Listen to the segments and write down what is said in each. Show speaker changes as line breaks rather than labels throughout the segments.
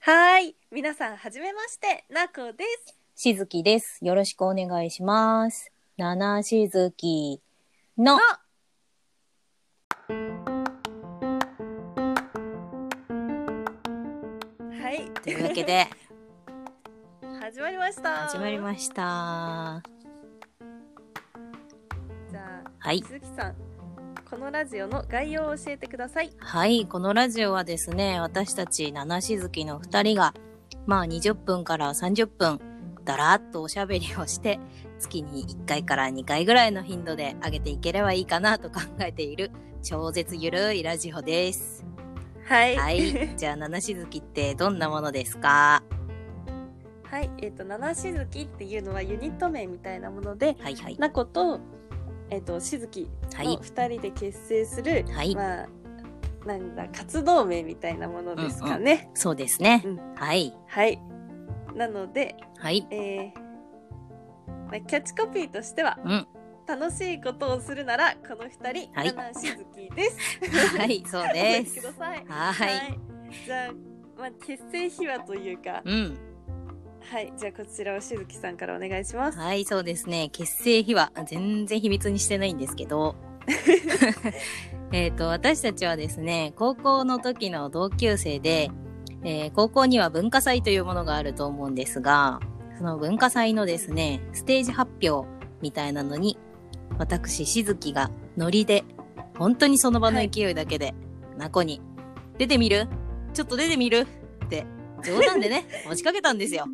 はーい。皆さん、はじめまして、なこです。
しずきです。よろしくお願いします。ななしずきの
のはい。
というわけで
始まりました。
始まりました。は
じゃあ、
い。
鈴木さん、このラジオの概要を教えてください。
はい。このラジオはですね、私たちななしずきの2人が、まあ20分から30分、だらっとおしゃべりをして、月に1回から2回ぐらいの頻度で上げていければいいかなと考えている、超絶ゆるいラジオです。
はい。
はい。じゃあ、ななしずきってどんなものですか
はい、えっ、と、七しずきっていうのはユニット名みたいなもので、
はいはい。
なこと、えっ、と、しずき
はい
の。二人で結成する、
はい。
まあ、なんだ、活動名みたいなものですかね。
そうですね。
うん
はい。
はい。なので、
はい。
えーまあキャッチコピーとしては、
うん。
楽しいことをするなら、この二人、
はい
七しずきです。
はい、そうで
ご
す
覧。ください。
はい。
じゃあ、まあ、結成秘話というか、
うん。
はい、じゃあこちらをしずきさんからお願いします。
はい、そうですね。結成秘話、全然秘密にしてないんです けど。えっと、私たちはですね、高校の時の同級生で、えー高校には文化祭というものがあると思うんですが、その文化祭のですね、ステージ発表みたいなのに、私、しずきがノリで、本当にその場の勢いだけで、ナコに、出てみるちょっと出てみるって、冗談でね、持ちかけたんですよ。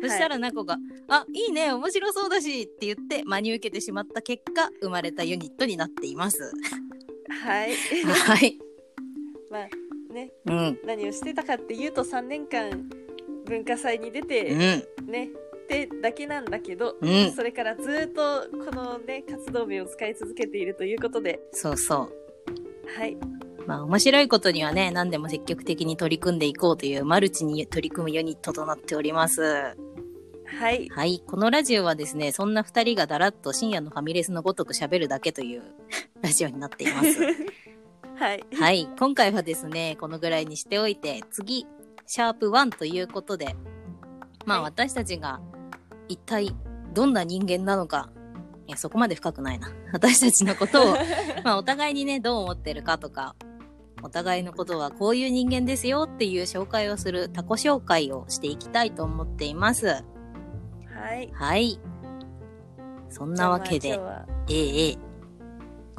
そしたらナコが、あ、いいね、面白そうだしって言って真に受けてしまった結果、生まれたユニットになっています。
はい。
はい。
まあね、
うん。
何をしてたかっていうと3年間文化祭に出
う
て
ん。
ね、ってだけなんだけど、
うん。
それからずっとこのね活動名を使い続けているということで、
そうそう。
はい、
まあ面白いことにはね、何でも積極的に取り組んでいこうというマルチに取り組むユニットとなっております。
はい、
はい。このラジオはですね、そんな二人がだらっと深夜のファミレスのごとく喋るだけというラジオになっています。
はい、
はい、今回はですね、このぐらいにしておいて、次、シャープ1ということで、まあ
はい
私たちが一体どんな人間なのか、いやそこまで深くないな。 私たちのこと を、まあお互いにね、どう思ってるかとか、お互いのことはこういう人間ですよっていう紹介をする他己紹介をしていきたいと思っています。
はい。
はい。そんなわけで、
じゃあまあ今日は
ええええ、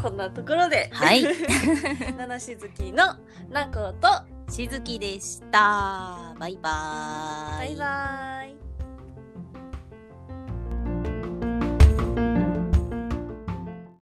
こんなところで、
はい、
七しずきのなこと
しずきでした。バイバー
バイバーイ。